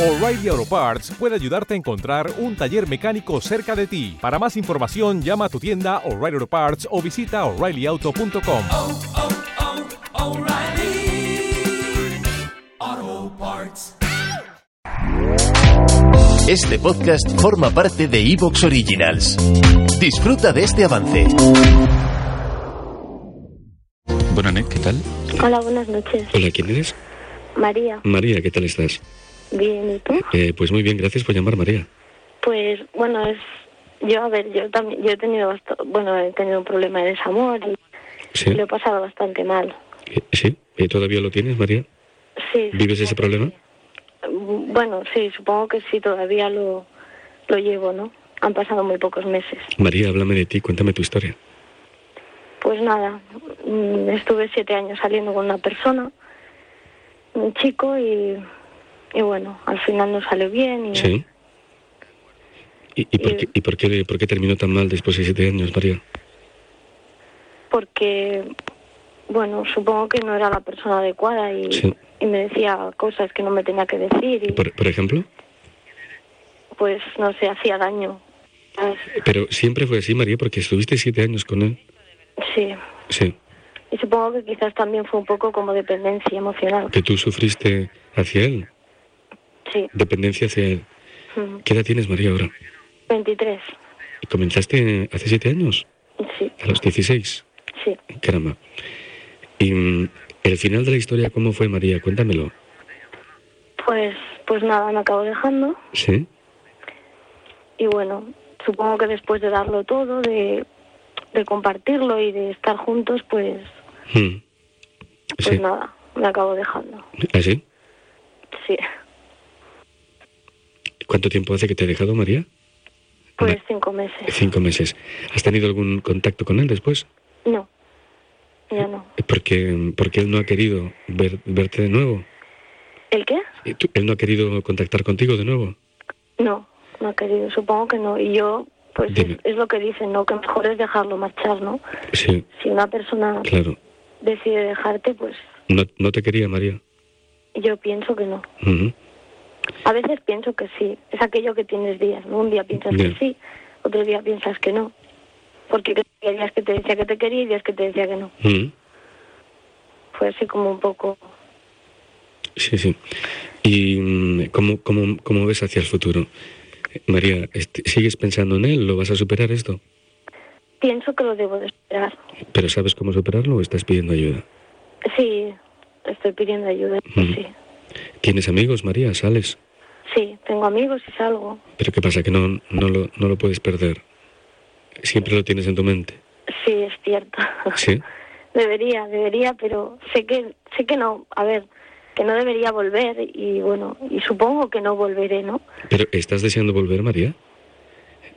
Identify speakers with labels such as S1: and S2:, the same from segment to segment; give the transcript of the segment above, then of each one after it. S1: O'Reilly Auto Parts puede ayudarte a encontrar un taller mecánico cerca de ti. Para más información, llama a tu tienda O'Reilly Auto Parts o visita oreillyauto.com.
S2: oh, oh, O'Reilly Auto Parts.
S3: Este podcast forma parte de Evox Originals. Disfruta de este avance.
S4: Bueno, Net, ¿qué tal?
S5: Hola, buenas noches.
S6: Hola, ¿quién eres?
S5: María,
S6: María, ¿qué tal estás?
S5: bien, ¿y tú?
S6: Eh, pues muy bien, gracias por llamar, María.
S5: Pues bueno, es yo a ver, yo también yo he tenido bast- bueno, he tenido un problema de desamor y
S6: ¿Sí?
S5: lo he pasado bastante mal.
S6: Eh, ¿Sí? Eh, ¿Todavía lo tienes, María?
S5: Sí.
S6: ¿Vives ese
S5: supongo
S6: problema?
S5: que- mm, Bueno, sí, supongo que sí todavía lo lo llevo, ¿no? Han pasado muy pocos meses.
S6: María, háblame de ti, cuéntame tu historia.
S5: Pues nada, mm, estuve siete años saliendo con una persona, un chico y y bueno, al final no salió bien y
S6: ¿Sí? ¿Y, y por,
S5: Eh.
S6: qué, y por, qué, por qué terminó tan mal después de siete años, María?
S5: porque, bueno, supongo que no era la persona adecuada y,
S6: Sí.
S5: y me decía cosas que no me tenía que decir y
S6: Por, por ejemplo?
S5: pues no sé, hacía daño. Pues, ¿sabes?
S6: Pero siempre fue así, María, porque estuviste siete años con él.
S5: Sí,
S6: Sí.
S5: y supongo que quizás también fue un poco como dependencia emocional.
S6: Que tú sufriste hacia él,
S5: Sí,
S6: dependencia hacia él.
S5: Mm.
S6: ¿Qué edad tienes, María, ahora?
S5: 23,
S6: ¿Comenzaste hace siete años?
S5: sí,
S6: ¿A los 16?
S5: sí.
S6: Caramba. Y mm, el final de la historia, ¿cómo fue, María? Cuéntamelo.
S5: Pues, pues nada, me acabo dejando
S6: ¿Sí?
S5: y bueno, supongo que después de darlo todo, de, de compartirlo y de estar juntos, pues,
S6: Mm.
S5: pues
S6: ¿Sí? ¿Ah,
S5: nada, me acabo dejando.
S6: ¿Así?
S5: Sí,
S6: ¿Cuánto tiempo hace que te ha dejado, María?
S5: pues cinco meses.
S6: Cinco meses. ¿Has tenido algún contacto con él después?
S5: No, ya no.
S6: Porque, mm, porque él no ha querido ver- verte de nuevo.
S5: ¿El qué?
S6: ¿Y tú- ¿Él no ha querido contactar contigo de nuevo?
S5: No, no ha querido, supongo que no. Y yo, pues es,
S6: Dime.
S5: es lo que dicen, ¿no? Que mejor es dejarlo marchar, ¿no?
S6: Sí,
S5: Si una persona
S6: claro.
S5: decide dejarte, pues
S6: No, no te quería, María. Mm-hmm.
S5: yo pienso que no.
S6: Ujú.
S5: A veces pienso que sí, es aquello que tienes días, ¿no? Un día piensas
S6: Ya.
S5: que sí, otro día piensas que no. Porque hay días que te decía que te quería y días que te decía que no.
S6: Ujú.
S5: Fue así como un poco...
S6: Sí, sí. ¿Y mm, cómo, cómo, cómo ves hacia el futuro? Eh, María, este, ¿sigues pensando en él? ¿Lo vas a superar esto?
S5: Pienso que lo debo de esperar.
S6: ¿Pero sabes cómo superarlo o estás pidiendo ayuda?
S5: Sí, estoy pidiendo ayuda,
S6: Ujú.
S5: sí.
S6: ¿Tienes amigos, María? ¿Sales?
S5: Sí, tengo amigos y salgo.
S6: ¿Pero qué pasa? ¿Que no, no, lo, no lo puedes perder? Siempre lo tienes en tu mente.
S5: Sí, es cierto.
S6: ¿Sí?
S5: Debería, debería, pero sé que sé que no, a ver, que no debería volver y bueno, y supongo que no volveré, ¿no?
S6: ¿Pero estás deseando volver, María?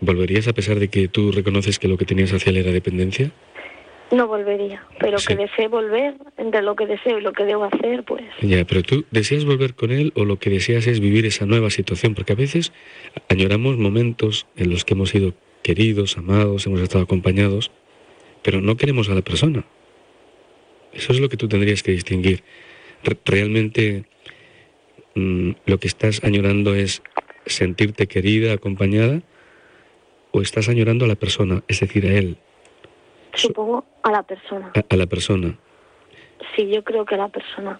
S6: ¿Volverías a pesar de que tú reconoces que lo que tenías hacia él era dependencia?
S5: No volvería, pero
S6: Sí.
S5: que desee volver, entre lo que deseo y lo que debo hacer, pues
S6: Ya, pero tú deseas volver con él o lo que deseas es vivir esa nueva situación, porque a veces añoramos momentos en los que hemos sido queridos, amados, hemos estado acompañados, pero no queremos a la persona. Eso es lo que tú tendrías que distinguir. Re- realmente mm, lo que estás añorando es sentirte querida, acompañada, o estás añorando a la persona, es decir, a él, Sí.
S5: supongo a la persona.
S6: a- a la persona.
S5: Sí, yo creo que a la persona.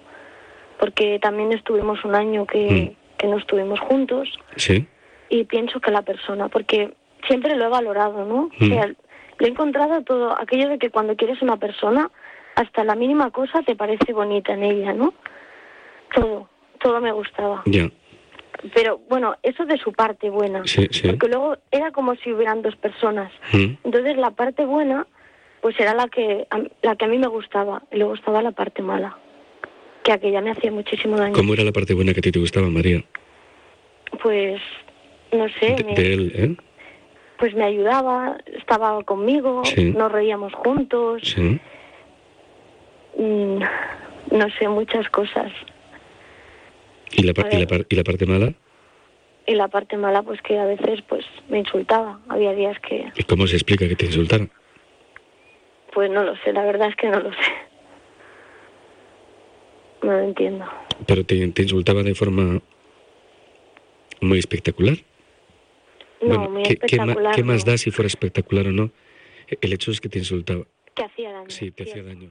S5: Porque también estuvimos un año que,
S6: Mm.
S5: que no estuvimos juntos
S6: ¿Sí?
S5: y pienso que a la persona, porque siempre lo he valorado, ¿no?
S6: Mm.
S5: O sea, lo he encontrado todo, aquello de que cuando quieres una persona, hasta la mínima cosa te parece bonita en ella, ¿no? Todo, todo me gustaba.
S6: Ya,
S5: Pero bueno, eso de su parte buena,
S6: sí, sí.
S5: porque luego era como si hubieran dos personas.
S6: Mm,
S5: Entonces la parte buena, pues era la que a, la que a mí me gustaba, y luego estaba la parte mala, que aquella me hacía muchísimo daño.
S6: ¿Cómo era la parte buena que a ti te gustaba, María?
S5: Pues no sé,
S6: De-
S5: me-
S6: de él, ¿eh?
S5: pues me ayudaba, estaba conmigo,
S6: Sí.
S5: nos reíamos juntos,
S6: Sí.
S5: mm, no sé, muchas cosas.
S6: ¿Y la, par-
S5: A
S6: y, la
S5: ver.
S6: par- y la parte mala?
S5: Y la parte mala, pues que a veces pues me insultaba. Había días que,
S6: ¿Y cómo se explica que te insultaron?
S5: pues no lo sé, la verdad es que no lo sé. No lo entiendo.
S6: Pero te, te insultaba de forma muy espectacular.
S5: No,
S6: Bueno,
S5: muy
S6: ¿qué, qué ma-
S5: espectacular.
S6: qué más
S5: no.
S6: da si fuera espectacular o no? El hecho es que te insultaba.
S5: Te hacía daño.
S6: Sí, te hacía
S5: cierto.
S6: daño.